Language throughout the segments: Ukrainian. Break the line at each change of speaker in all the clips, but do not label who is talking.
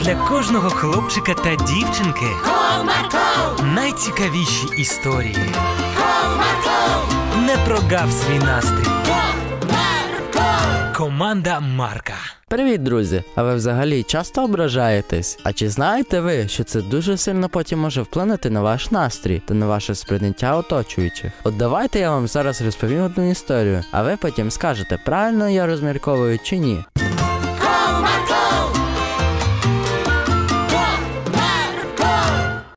для кожного хлопчика та дівчинки
Comarco,
найцікавіші історії.
comarco,
Не прогав свій настрій.
comarco.
Команда Марка.
Привіт, друзі! А ви взагалі часто ображаєтесь? А чи знаєте ви, що це дуже сильно потім може вплинути на ваш настрій та на ваше сприйняття оточуючих? От давайте я вам зараз розповім одну історію, а ви потім скажете, правильно я розмірковую чи ні.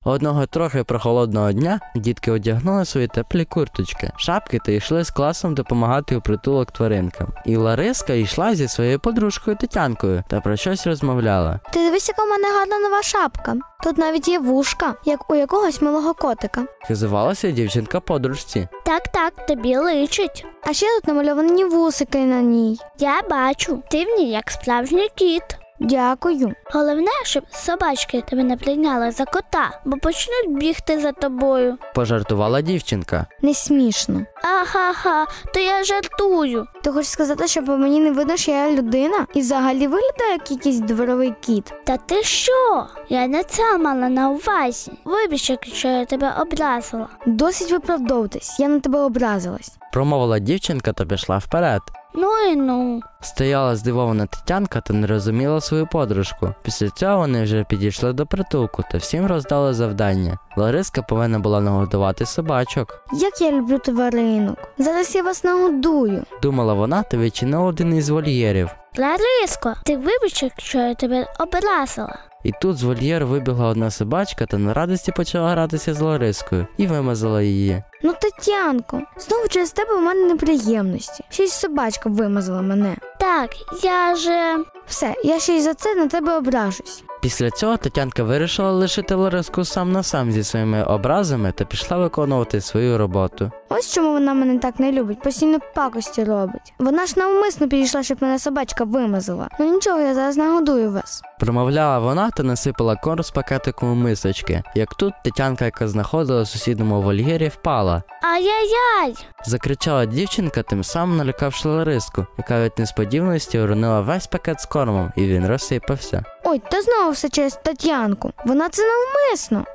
Одного трохи прохолодного дня дітки одягнули свої теплі курточки, шапки та йшли з класом допомагати у притулок тваринкам. І Лариска йшла зі своєю подружкою Тетянкою та про щось розмовляла.
Ти дивись, яка в мене гарна нова шапка. Тут навіть є вушка, як у якогось милого котика.
Хизувалася дівчинка подружці.
Так, так, тобі личить.
А ще тут намальовані вусики на ній.
Я бачу, ти в ній як справжній кіт.
Дякую.
Головне, щоб собачки тебе не прийняли за кота, бо почнуть бігти за тобою.
Пожартувала дівчинка.
Не смішно.
Ага-ха, то я жартую.
Ти хочеш сказати, що по мені не видно, що я людина і взагалі виглядаю як якийсь дворовий кіт.
Та ти що? Я не це мала на увазі. Вибач, якщо я тебе образила.
Досить виправдовуватись, я на тебе образилась.
Промовила дівчинка та пішла вперед.
Ну і ну.
Стояла здивована Тетянка та не розуміла свою подружку. Після цього вони вже підійшли до притулку та всім роздали завдання. Лариска повинна була нагодувати собачок.
Як я люблю тваринок. Зараз я вас нагодую.
Думала вона та відчинила один із вольєрів.
Лариско, ти вибач, якщо я тебе образила.
І тут з вольєру вибігла одна собачка та на радості почала гратися з Ларискою і вимазала її.
Ну, Тетянко, знову через тебе у мене неприємності. Ще й собачка вимазала мене.
Так, я же.
Все, я ще й за це на тебе ображусь.
Після цього Тетянка вирішила лишити Лариску сам на сам зі своїми образами та пішла виконувати свою роботу.
Ось чому вона мене так не любить, постійно пакості робить. Вона ж навмисно підійшла, щоб мене собачка вимазала. Ну нічого, я зараз нагодую вас.
Промовляла вона та насипала корм з пакетику у мисочки. Як тут Тетянка, яка знаходила в сусідньому вольєрі, впала.
Ай-яй-яй!
Закричала дівчинка, тим самим налякавши Лариску, яка від несподіваності уронила весь пакет з кормом, і він розсипався.
Ой, та знову все через Тетянку. Вона це навмисно.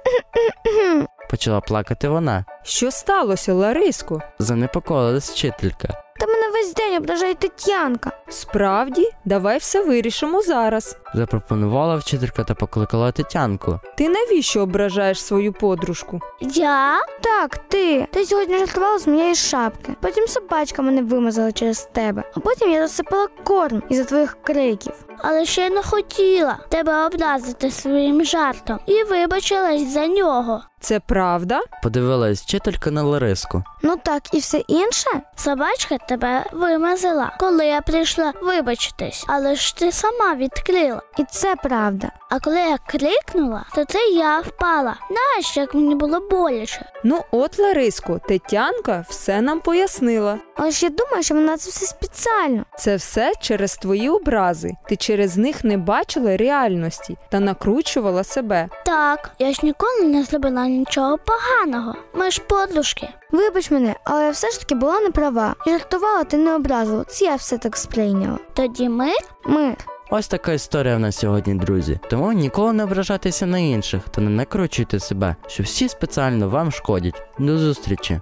Почала плакати вона.
Що сталося, Лариско?
Занепокоїлась вчителька.
Та мене весь день ображає Тетянка.
Справді, давай все вирішимо зараз.
Запропонувала вчителька та покликала Тетянку.
Ти навіщо ображаєш свою подружку?
Я?
Так, ти. Ти сьогодні жартувала з моєї шапки. Потім собачка мене вимазала через тебе. А потім я розсипала корм із-за твоїх криків.
Але ще я не хотіла тебе образити своїм жартом і вибачилась за нього.
Це правда?
Подивилась вчителька на Лариску.
Ну так, і все інше?
Собачка тебе вимазила, коли я прийшла вибачитись, але ж ти сама відкрила.
І це правда.
А коли я крикнула, то це я впала. Знаєш, як мені було боляче.
Ну от, Лариско, Тетянка все нам пояснила.
Але ж я думаю, що вона це все спеціально.
Це все через твої образи. Ти через них не бачила реальності та накручувала себе.
Так, я ж ніколи не зробила нічого поганого. Ми ж подружки.
Вибач мене, але я все ж таки була не права. Жартувала ти не образила. Це я все так сприйняла.
Тоді ми
Мир.
Ось така історія в нас сьогодні, друзі. Тому ніколи не ображайтеся на інших та не накручуйте себе, що всі спеціально вам шкодять. До зустрічі!